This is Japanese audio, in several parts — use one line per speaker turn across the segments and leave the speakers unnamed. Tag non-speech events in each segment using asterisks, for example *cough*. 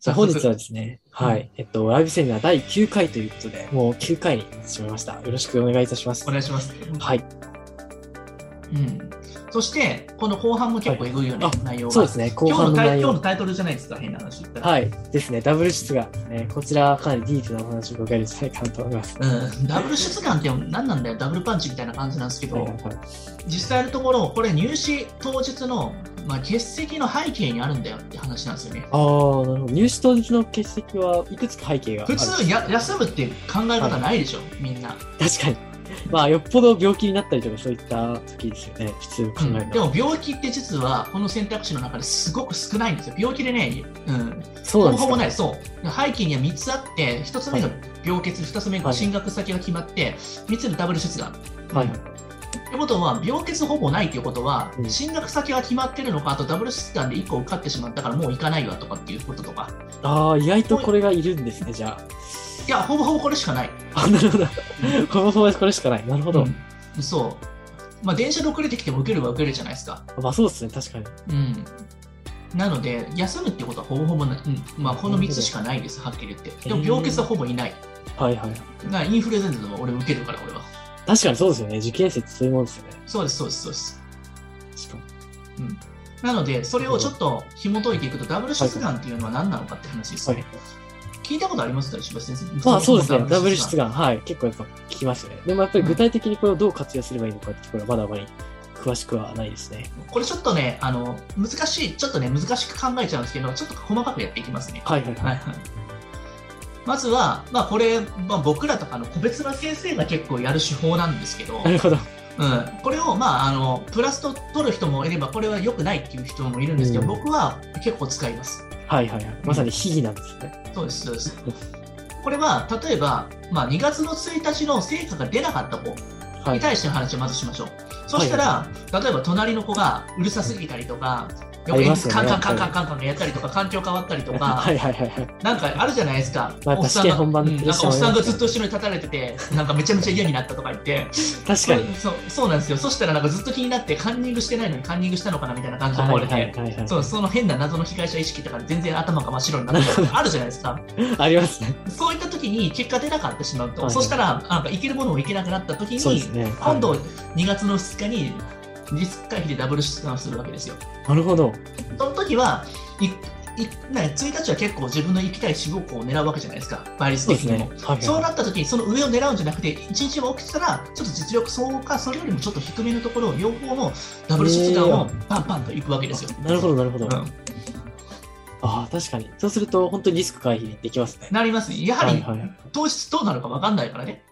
じゃあ本日はですね、はい、えっと、ライブセミナー第9回ということで、もう9回になってしまいました。よろしくお願いいたします
お。願いします。
はい、
うん。そして、この後半も結構えぐいよね、
はい
内容が。
そうですね、後
今日
半
の
の
タイ
内
今日
容
の。タイトルじゃないですか、変な話言ったら。
はい、ですね、ダブル質が、ね、こちらかなりディープなお話を伺えるんじゃないかなと思います。
うん、ダブル質感って何なんだよ、ダブルパンチみたいな感じなんですけ
はい
ど
は、いはい
実際のところ、これ、入試当日の、まあ、欠席の背景にあるんだよって話なんですよね。
あーなるほど入試当日の欠席はいくつか背景がある
普通や、休むって考え方ないでしょ、みんな。
確かにまあよっぽど病気になったりとかそういった時ですよね普通考える
で
のは、
も、病気って実は、この選択肢の中ですごく少ないんですよ。病気でね、うん、
そう
ほ
なん
ぼ
です
ほぼ
か
ない、そう。背景には3つあって、1つ目が病欠、2つ目が進学先が決まって、3つ目がダブル質がある。
はい
ってことは、病欠ほぼないっていうことは
う、ん
進学先が決まってるのか、あとダブル出願で1個受かってしまったからもう行かないわとかっていうこととか、
ああ意外とこれがいるんですねじゃ
いや、ほぼほぼこれしかない。
ああなるほどこの方これしかないなるほど、
うんそう。まあ、電車で遅れてきても受けるは受けるじゃないですか。
まあそうですね確かに
うん。なので、休むってことはほぼほぼない。うん、まあ、この3つしかないです、はっきり言って。でも、病欠はほぼいない。
はいはい
だからインフルエンザでも俺受けるから、俺は。
確かにそうですよね受験生ってそういうもんですよね
そうです、そうです、そうです。
確かに
なので、それをちょっと紐解いていくと、ダブル出願っていうのは何なのかって話ですね。
はい
聞いたことありますか、石橋先生。
まあそうですね、ダブル出
願。
願、はい、結構やっぱ聞きましたね。でもやっぱり具体的にこれをどう活用すればいいのかってところはまだあまり詳しくはないですね。
これちょっとね、あの、難しい、ちょっとね、難しく考えちゃうんですけど、ちょっと細かくやっていきますね。
はいはいは
は
い。
いはい。まずは、まあこれ、まあ、僕らとかの個別な先生が結構やる手法なんですけど、
なるほど。
うん、これを、まあ、あのプラスと取る人もいれば、これは良くないっていう人もいるんですけど、
うん
僕は結構使います。
はいはいはい。まさに秘技なんですね。
そうです、そうです。これは、例えば、まあ、2月の1日の成果が出なかった子
は
に
い。
対しての話をまずしましょう。そしたら、例えば隣の子がうるさすぎたりとか、
あり
鉛
ます
筆
よね
カンカンカンカンカンカンやったりとか、環境変わったりとか
は、いはいはいはい。
なんかあるじゃないですか。
まあ
おっ
確か
さん
に
が
本番
う
で
んなんかおっさんがずっと後ろに立たれてて、なんかめちゃめちゃ嫌になったとか言って、
確かに。
そうそうなんですよ。そしたらなんかずっと気になって、カンニングしてないのにカンニングしたのかなみたいな感じで思
は
われ
い
て、
はいはいはい。
そうその変な謎の被害者意識とかで全然頭が真っ白になったりとかあるじゃないですか。
ありますね。
そういった時に結果出なかったしまうと、
はい
そしたらなんかいけるものもいけなくなった時
そうで
に、
すね。はい
今度2月の2日にリスク回避でダブル出願をするわけですよ。
なるほど。
その時はいいな1日は結構自分の行きたい志望校を狙うわけじゃないですか、倍率
そう
的
です
に
ね。
も。
はいはい
そうなった時にその上を狙うんじゃなくて、1日も起きたら、ちょっと実力相応か、それよりもちょっと低めのところを、両方のダブル出願をパンパンといくわけですよ。
あなるほどなるほど。
うん
ああ、確かに。そうすると本当にリスク回避できますね。
なりますね。やは
はい
り
はい。
当日どうなるか分かんないからね。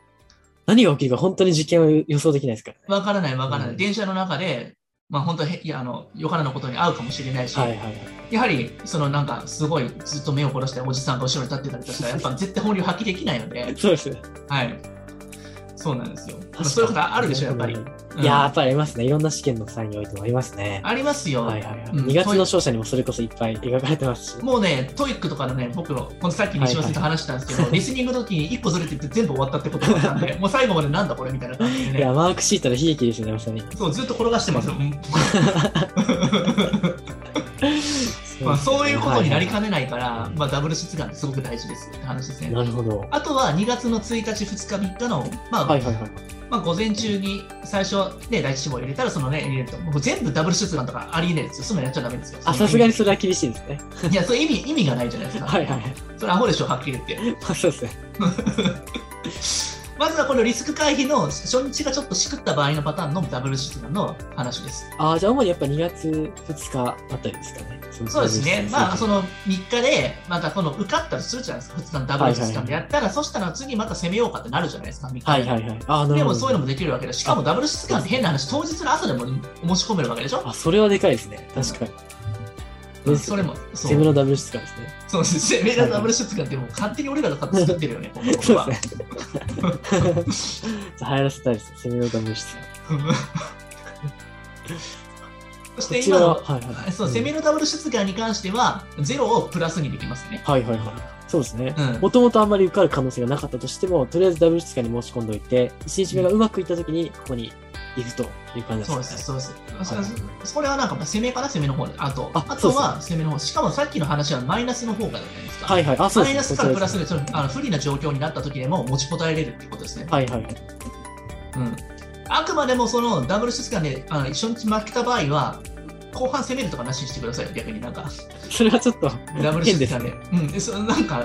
何が起きるか本当に受験を予想できないですからね。
分からない分からない。
うん
電車の中で、まあ本当へいやあの、よからぬことに遭うかもしれないし、
はいはいはい。
やはり、そのなんか、すごいずっと目を凝らしておじさんが後ろに立ってたりとかしたら、やっぱ絶対本領発揮できないので、
そうですね。
はい。そうなんですよ。まあ
確かに
そういうことあるでしょ、やっぱり。
いやー、や
うん
っぱりありますね。いろんな試験の際においてもありますね。
ありますよ。
はいはいはい。
うん
2月の勝者にもそれこそいっぱい描かれてますし。
もうね、トイックとかのね、僕の、このさっき西尾さんと話したんですけど、リスニングの時に1個ずれてて全部終わったってことだった
*laughs*
んで、もう最後までなんだこれみたいな感じで
いや、
ね、
マークシートの悲劇ですよね、まさに。
そう、ずっと転がしてますよ。うんまあ、そういうことになりかねないから、まあ、ダブル出願ってすごく大事ですって話ですね。
なるほど。
あとは2月の1日、2日、3日の、まあ、
はいはいはい。
まあ、午前中に最初、ね、第一志望入れたら、そのね、入れると、もう全部ダブル出願とかありえないですよ。そんなのやっちゃダメですよ。
あ、さすがにそれは厳しいですね。
いや、それ意味、意味がないじゃないですか。
はいはいはい。
それアホでしょ、はっきり言って。
まあそうですね。
まずはこのリスク回避の初日がちょっとしくった場合のパターンのダブル出願の話です。
あーじゃあ主にやっぱ2月2日あたりですかね。
そうですね。まあ、そ
の
の3日で、またこの受かったらするじゃないですか。普通のダブル出願でやったら、そしたら次また攻めようかってなるじゃないですか、3日で。
はいはいはい。あーなる
で
ほ
も
ど。
そういうのもできるわけだし、しかもダブル出願って変な話、当日の朝でも申し込めるわけでしょ
あ、それはでかいですね。確かに。です
それも、そ
セミ
う、
のダブル出願ですね。
そうですね。メダルダブル出願ってもう勝手に俺らが勝手に作ってるよね、この子
*laughs* そう
は
ですね。じゃあ流行らせたいですね。セミのダブル出願。 *laughs*
そし
こ
て
ちら
今
は、
の、
はいはい。
そう、攻めのダブル出願に関しては、ゼロをプラスにできますね。
はいはいはい。そうですね。
うん
もともとあんまり受かる可能性がなかったとしても、とりあえずダブル出願に申し込んでおいて、1日目がうまくいったときに、ここにいるという感じ
そう
なん
で
です
す、
ね。
そうです。
はい
そそれはなんか攻めかな、攻めの方で。あと、
あ
あ
そうで
と
すね
は攻めの方。しかもさっきの話はマイナスの方がじゃないですか。
はいはい。あ、そう
マ
で
イ
すね。
ナスからプラス
そち
で、そのあの不利な状況になった時でも持ちこたえれるってことですね。
らですはいはい。
うん、あくまでもそのダブルスス間であの一緒に負けた場合は、後半攻めるとかなしにしてくださいよ、逆になんか。
それはちょっと、
ダブ
*laughs*
ル
変
ス
で
ス
す
間
ね
で。。うんで、そなんか、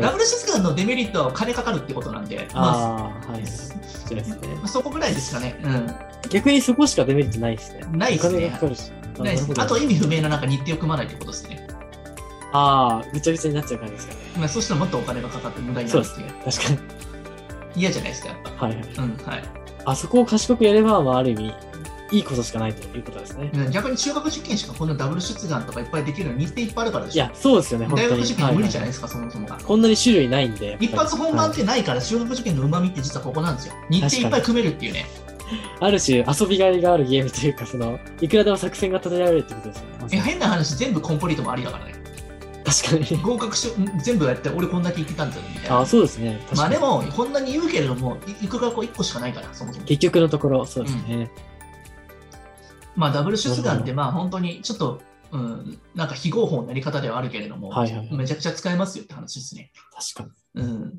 ダブルスス間のデメリットは金かかるってことなんで、まあ、
ああ、はい。そうですね。
そこぐらいですかね。う
逆にそこしかデメリットないですね。
ないですね
お金がかかるし。
ん、ないですあと意味不明ななんか日程を組まないってことですね。
ああ、ぐちゃぐちゃになっちゃう感じですかね。
まあ、そうしたらもっとお金がかかって無駄になるっていう。
確かに。
嫌じゃないですか、やっ
はいはい。
ぱ。うん、はい。
あそこを賢くやれば、まあ、ある意味、いいことしかないということですね。
うん逆に中学受験しかこんなダブル出願とかいっぱいできるのに日程いっぱいあるからで
い
しょ
や。、そうですよね、本
大
当
学
に。
受験無理じゃない
い
ですか、そもそもが。
こんなに種類ないんで。やっぱり
一発本番っ
はい
てないから、中学受験のうまみって実はここなんですよ。日程いっぱい組めるっていうね。
ある種、遊びがいがあるゲームというか、その、いくらでも作戦が立てられるってことですよね。ま
え
さに
変な話、全部コンプリートもありだからね。
確
*laughs*
かに。
合格し、全部やって、俺こんだけ行ってたんだよ、みたい
ああ、
な。
そうですね。確
ま
か
あ
に
でも、こんなに言うけれども、いいくらこう1個しかないから、そもそも。
結局のところ、そうですね。
まあ、ダブル出願っ
なるほど
て、まあ本当にちょっと、うん、なんか非合法のやり方ではあるけれども、
はいはい
めちゃくちゃ使えますよって話ですね。
確か
うん。
に。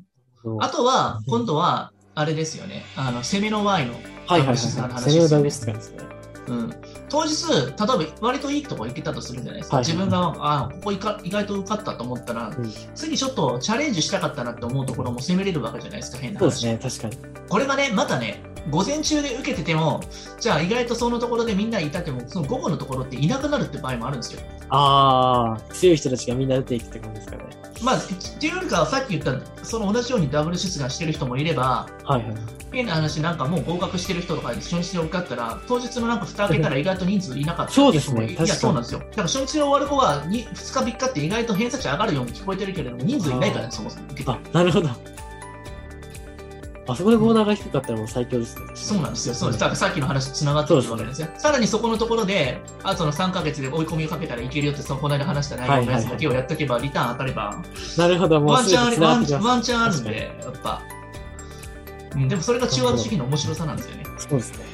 あとは、今度は、あれですよね。あの、攻めの Y の
はいはいはいはい。
ダブル出願の話
セミオダブル出願ですね。
うん、当日、例えば割といいとこ行けたとするじゃないですか、
はい
自分があここいか意外と受かったと思ったら、
うん
次ちょっとチャレンジしたかったなって思うところも攻めれるわけじゃないですか、変な
そうで
話。
すね、確かに。
これがね、またね、午前中で受けてても、じゃあ意外とそのところでみんないたけど、その午後のところっていなくなるって場合もあるんですよ。
ああ、強い人たちがみんな出ていくって感じですかね。
まあ、っていうよりかはさっき言った、その同じようにダブル出願してる人もいれば、
はいはい。
変な話、なんかもう合格してる人とか、初日で受かったら、当日のなんか蓋開けたら意外と人数いなかった
そうですね
いや、
確かに
そうなんですよ。だから初日で終わる子は 2, 日、3日って意外と偏差値上がるように聞こえてるけれども、人数いないから
あー
ね、そもそも受けてる
あ、なるほど。あそこでボーダーが低かったらもう最強ですね。
そうなんですよ。そうです。だからさっきの話つながってくるわけですね。さらにそこのところで、あとの3ヶ月で追い込みをかけたらいけるよって、そのこの間話した内容のやつだけをやっとけば、リターン当たれば、
なるほど、もう
ワン
す
チ
ぐ
ャンあ
つ
る
なが
ワ
っ
ン
てき
チ
ま
ャン
す。
ワンチャンあるんで、やっぱ。うん、でもそれが中和主義の面白さなんですよね。
そうですね。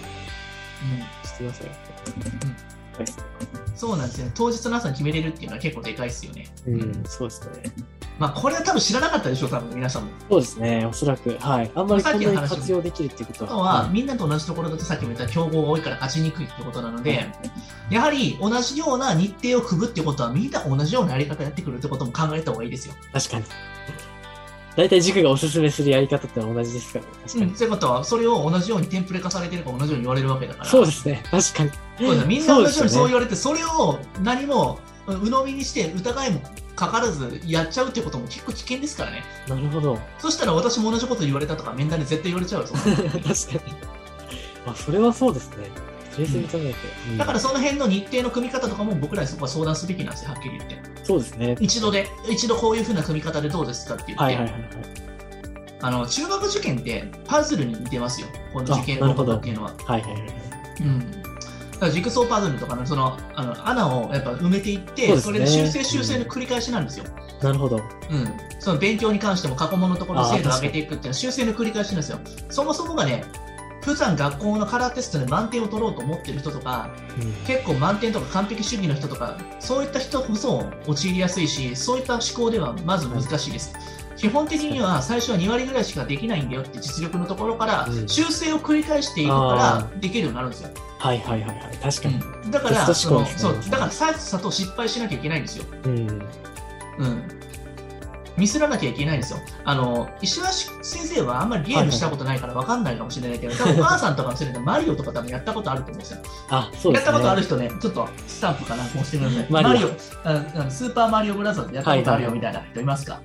うん
すいません。はい
そうなんですよね。当日の朝に決めれるっていうのは結構でかいですよね。
うん、そうですね。
まあ、これは多分知らなかったでしょう、多分皆さんも。
そうですね、おそらく。はい。あんまりこんなに活用できるっていうこと
あ
は。
とは、
い
みんなと同じところだとさっきも言った競合が多いから勝ちにくいってことなので、やはり同じような日程を組むってことは、みんな同じようなやり方やってくるってことも考えた方がいいですよ。
確かに。大体塾がおすすめするやり方ってのは同じですからね。確
う
か
ん、
に。
ということは、それを同じようにテンプレ化されてるか同じように言われるわけだから、
そうですね、確かに。
そうですみんな同じようにそう
そうですよね
言われて、それを何もうん鵜呑みにして疑いもかからずやっちゃうってことも結構危険ですからね。
なるほど。
そしたら私も同じこと言われたとか、面談で絶対言われちゃうよ、そんなの
*laughs* 確かに。あ、それはそうですね。冷静に考えて。うん
だからその辺の日程の組み方とかも僕らにそこは相談すべきなんですよ、はっきり言って。
そうですね。
一度で、一度こういうふうな組み方でどうですかって言って、
はいはいはいはい。
あの中学受験ってパズルに似てますよ、この受験
あなる
の
ほ
こ
ど
とっていうのは。
はいはいはい。
うんだからジグソーパズルとかのそのあの穴をやっぱ埋めていって
そうですね
それで修正修正の繰り返しなんですよ、
なるほど。
うんその勉強に関しても過去問のところの精度を
あ
上げていくっていうのは修正の繰り返しなんですよそもそもがね普段学校のカラーテストで満点を取ろうと思ってる人とか
うん
結構満点とか完璧主義の人とかそういった人こそ陥りやすいしそういった思考ではまず難しいです、基本的には最初は2割ぐらいしかできないんだよって実力のところから
うん
修正を繰り返していくからできるようになるんですよ、
はいはいはいはい。確かに。
うんだから
テス
そ
ト思
の
考ですね
そうだからさっさと失敗しなきゃいけないんですよ、
うん。
うん、ミスらなきゃいけないんですよあの石橋先生はあんまりゲームしたことないから分かんないかもしれない
*laughs*
けど、多分お母さんとかの世代でマリオとか多分やったことあると思うんですよ
あ、そうで
やっ
すね。
たことある人ね、ちょっとスタンプかなんか押してください。
マ
マ
リ
リ
オ
オあのスーパーマリオブラザーズでやったことあるよみたいな人いますか、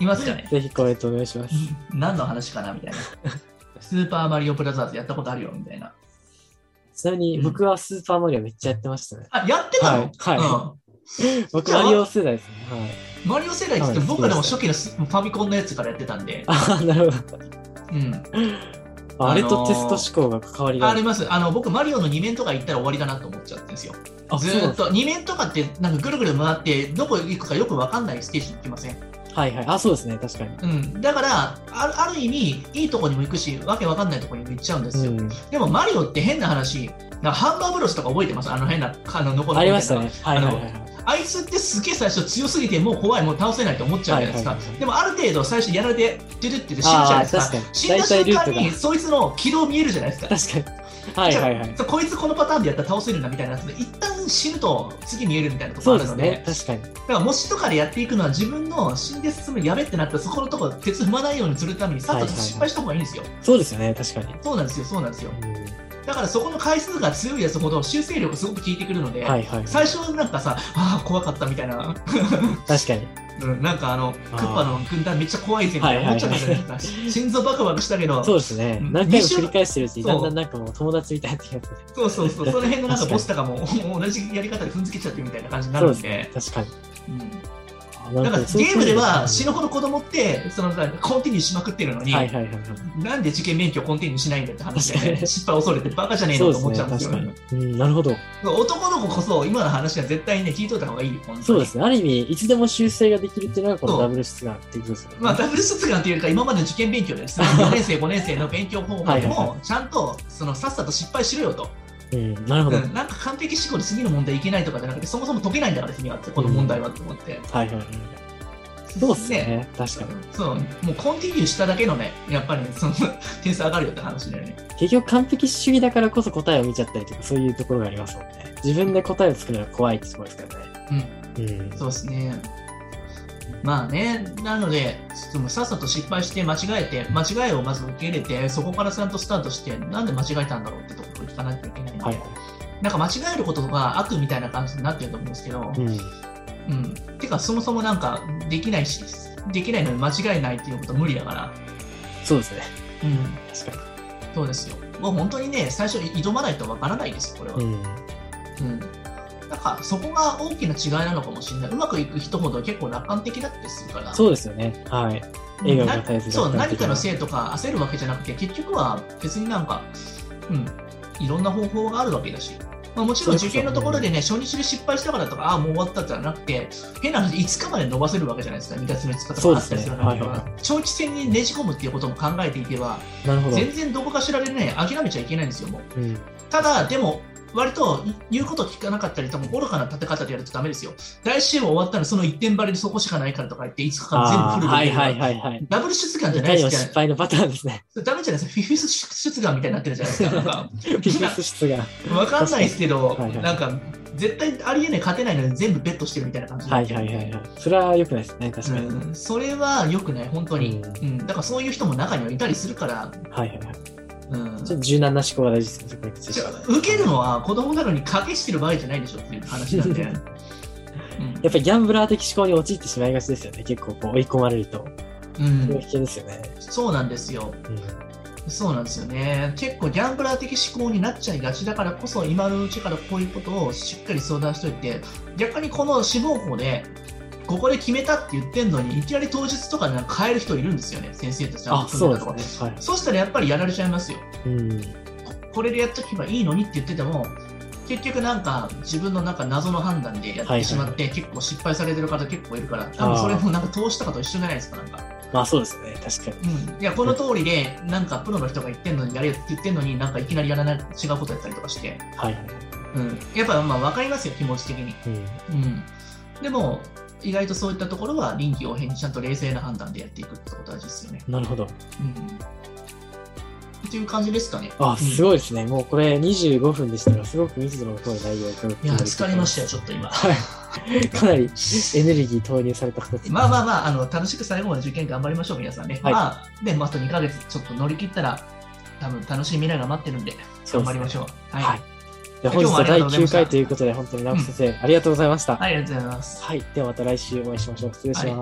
い、ます
*laughs*
かね
ぜひコメントお願いします。
何の話かなみたいな。スーパーマリオブラザーズやったことあるよみたいな。
ちなみに僕はスーパーマリオめっちゃやってましたね。
あ、やってたの、
はいは僕マリオ世代ですね。はい。
うん、マリオ世代って言って
はい
僕らも初期のスファミコンのやつからやってたんで、
あーなるほ
うん、
ど。ああれとテスト思考が関わりが
あ
あ
り
る。
ますあの僕、マリオの2面とか行ったら終わりだなと思っちゃってるんですよ。
あ
ず
そうな
ー
ん
っ
です
と2面とかってなんかぐるぐる回ってどこ行くかよく分かんないステージに行きません
はいはい。あ、そうですね。確かに。
うん、だからある、ある意味、いいとこにも行くし、わけわかんないとこにも行っちゃうんですよ。
うん。
でも、マリオって変な話、なんかハンマーブロスとか覚えてますあの変な、あの、残る
ありましたね。はいはいはいはい。
あいつってすげえ最初強すぎてもう怖い、もう倒せないと思っちゃうじゃないですか。
はいはいはい
でもある程度最初やられて、ドゥドゥって死ぬじゃない
ああー、
ですか
確。かに。
死ん
大
だ瞬
体ルート
間
が
に、。そいつの軌道見えるじゃないですか。
確かに。はいはいはい。
じゃあこいつこのパターンでやったら倒せるんだみたいなやつで、一旦死ぬと次見えるみたいなとこ
そ
ろ
う
あ
で
るの
す
で、
ね。確かに。
だから模試とかでやっていくのは自分の死んで進むやべってなったらそこのところ鉄踏まないようにするためにさっさと失敗した方がいいんですよ、
そうですよね。確かに。
そうなんですよそうなんですよ
うん
だからそこの回数が強いやつほど修正力すごく効いてくるので、
はいはい。
最初なんかさああ怖かったみたいな、
確かに。
うん、なんかあの
あー
クッパの軍団めっちゃ怖いぜみたいな思っちゃったじゃないですか、心臓バクバクしたけど
そ
そうう
ですね
う。ん
何回も繰り返してるうちに、
二週
だんだんなんかもう友達みたいになってきますね。
そうそうその辺のなん
確か
か
に
ボスとかも同じやり方で踏んづけちゃってみたいな感じにな
そう
る
です
んで
ね。確かに。
うん
あな
だ
ん
から
そうい
ゲ
う
ームでは
風
死
に
ぬほど子供ってそのさコンティニューしまくってるのに、
はいはいはいはい。
なんで受験勉強コンティニューしないんだって話
確か
で、
に
失敗を恐れてバカじゃねえ
そ
の
う
と
です
思
ね。
っちゃうんです
確か
よ。
に。うん、なるほど。
男の子こそ今の話は絶対ね、聞いといた方がいいよ、本当に
そうですね。ある意味、いつでも修正ができるっていうのが、こ
そ
の
う
ダブル出願っていうことですよね。
まあ、ダブル卒業というか、今までの受験勉強
*laughs*
ですね、4年生、5年生の勉強方法
は
で
いはい
も、ちゃんとそのさっさと失敗しろよと、
うん、なる
う
ほど。
んなんか完璧思考で次の問題いけないとかじゃなくて、そもそも解けないんだから、次はって、この問題はと思って。
はいはいはい。そうですね。確かに。
そう、もうコンティニューしただけのね、やっぱりその点数上がるよって話だよね。
結局完璧主義だからこそ答えを見ちゃったりとかそういうところがありますもんね。自分で答えを作るのが怖いってところですからね。うん。うん。
そうですね。まあね、なので、そのさっさと失敗して間違えて、間違いをまず受け入れて、そこからちゃんとスタートして、なんで間違えたんだろうってところを聞かないといけないので、
はいは
なんか間違えることが悪みたいな感じになってると思うんですけど
い。、うん。
うん。てか、そもそもなんかできないし、できないのに間違えないっていうことは無理だから、
そうですね。
うん、
確か
そうですよ。もう本当にね、最初挑まないとわからないです、これは。
に。うん。
うん、なんかそこが大きな違いなのかもしれない。うまくいく人ほど結構楽観的だってするから。
そうですよね。はい。
うん
笑顔が絶えず
なそう
楽観
何
的
か
な
のせいとか焦るわけじゃなくて結局は別になんか、うん、いろんな方法があるわけだし、まあ、もちろん
そう
受
ですよ
験
ね
のところでね初日で失敗したからとかああもう終わったじゃなくて変な話5日まで伸ばせるわけじゃないですか2月の5日と
そう
かあ
で
っ
す
た
ね
りするわけだ
はい
か
は
ら長期戦にねじ込むっていうことも考えていけば
なるほど。
全然どこかしらでね諦めちゃいけないんですよもう
うん。
ただでも割と言うこと聞かなかったりとか愚かな立て方でやるとダメですよ来週も終わったらその1点張りでそこしかないからとか言って5日間
あ
全
ー
部フル
は
で
い
出るから
はいはいはい。
ダブル出願じ
い
ゃな
か
い
に
で
も
す
失
か。
敗のパターンです *laughs* ね。
ダメじゃないですか。フィフス出願みたいになってるじゃない *laughs* ですか。なんか、
ピクス質が。
わかんないですけど、
確かにはいはい
なんか、絶対ありえない勝てないのに全部ベットしてるみたいな感じに
は
ないってる
はいはいはい。それは良くないですね。確かに。
うん、それは良くない、本当に、
う
うんだからそういう人も中にはいたりするから、
はいはいはい。
うん、
ちょっと柔軟な思考が大事ですね。そこについては
受けるのは子供なのに賭けしてる場合じゃないでしょっていう話 *laughs* なんで、うん
やっぱりギャンブラー的思考に陥ってしまいがちですよね。結構こう追い込まれると。
うん
それは危険ですよね。
そうなんですよ。
うん。
そうなんですよね。結構ギャンブラー的思考になっちゃいがちだからこそ、今のうちからこういうことをしっかり相談しといて、逆にこの志望校で、ここで決めたって言ってんのに、いきなり当日とかでなんか変える人いるんですよね、先生たち
あ、そう
とか。
ですね。はい。
そうしたらやっぱりやられちゃいますよ。
うん。
ここれでやっとけばいいのにって言ってても、結局なんか自分のなんか謎の判断でや
はい
っ
は
て
い
しまって、結構失敗されてる方結構いるから、多分それもなんか投資とかと一緒じゃないですか、なんか。
まあそうですね。確かに。
うん、いやこの通りで、なんかプロの人が言ってんのにやれよって言ってんのに、なんかいきなりやらない、違うことやったりとかして、
はいはい。
うん、やっぱまあ分かりますよ、気持ち的に。
うん。
うん、でも、意外とそういったところは臨機応変にちゃんと冷静な判断でやっていくってことは大事ですよね。
なるほど。
うん、っていう感じですかね。
あ、す
い。
ごいですね。もうこれ25分でしたから、すごく密度の濃い内容を伺って
いや、疲れましたよ、ちょっと今。
た。 *laughs* かなりエネルギー投入された形です。
まあまあまあ、あの楽しく最後まで受験頑張りましょう、皆さんね。
はい
まあ、で、まああと2ヶ月ちょっと乗り切ったら、多分楽しい未来が待ってるんで、
そう
頑
ですね
張りましょう。
はい。で
今
本日
日もあ
は
りが
第
とうございま
9
した
回ということで、本当に直木先生、ありがとうございました。
はい、ありがとうございます。
はい。ではまた来週お会いしましょう。失礼します。
はい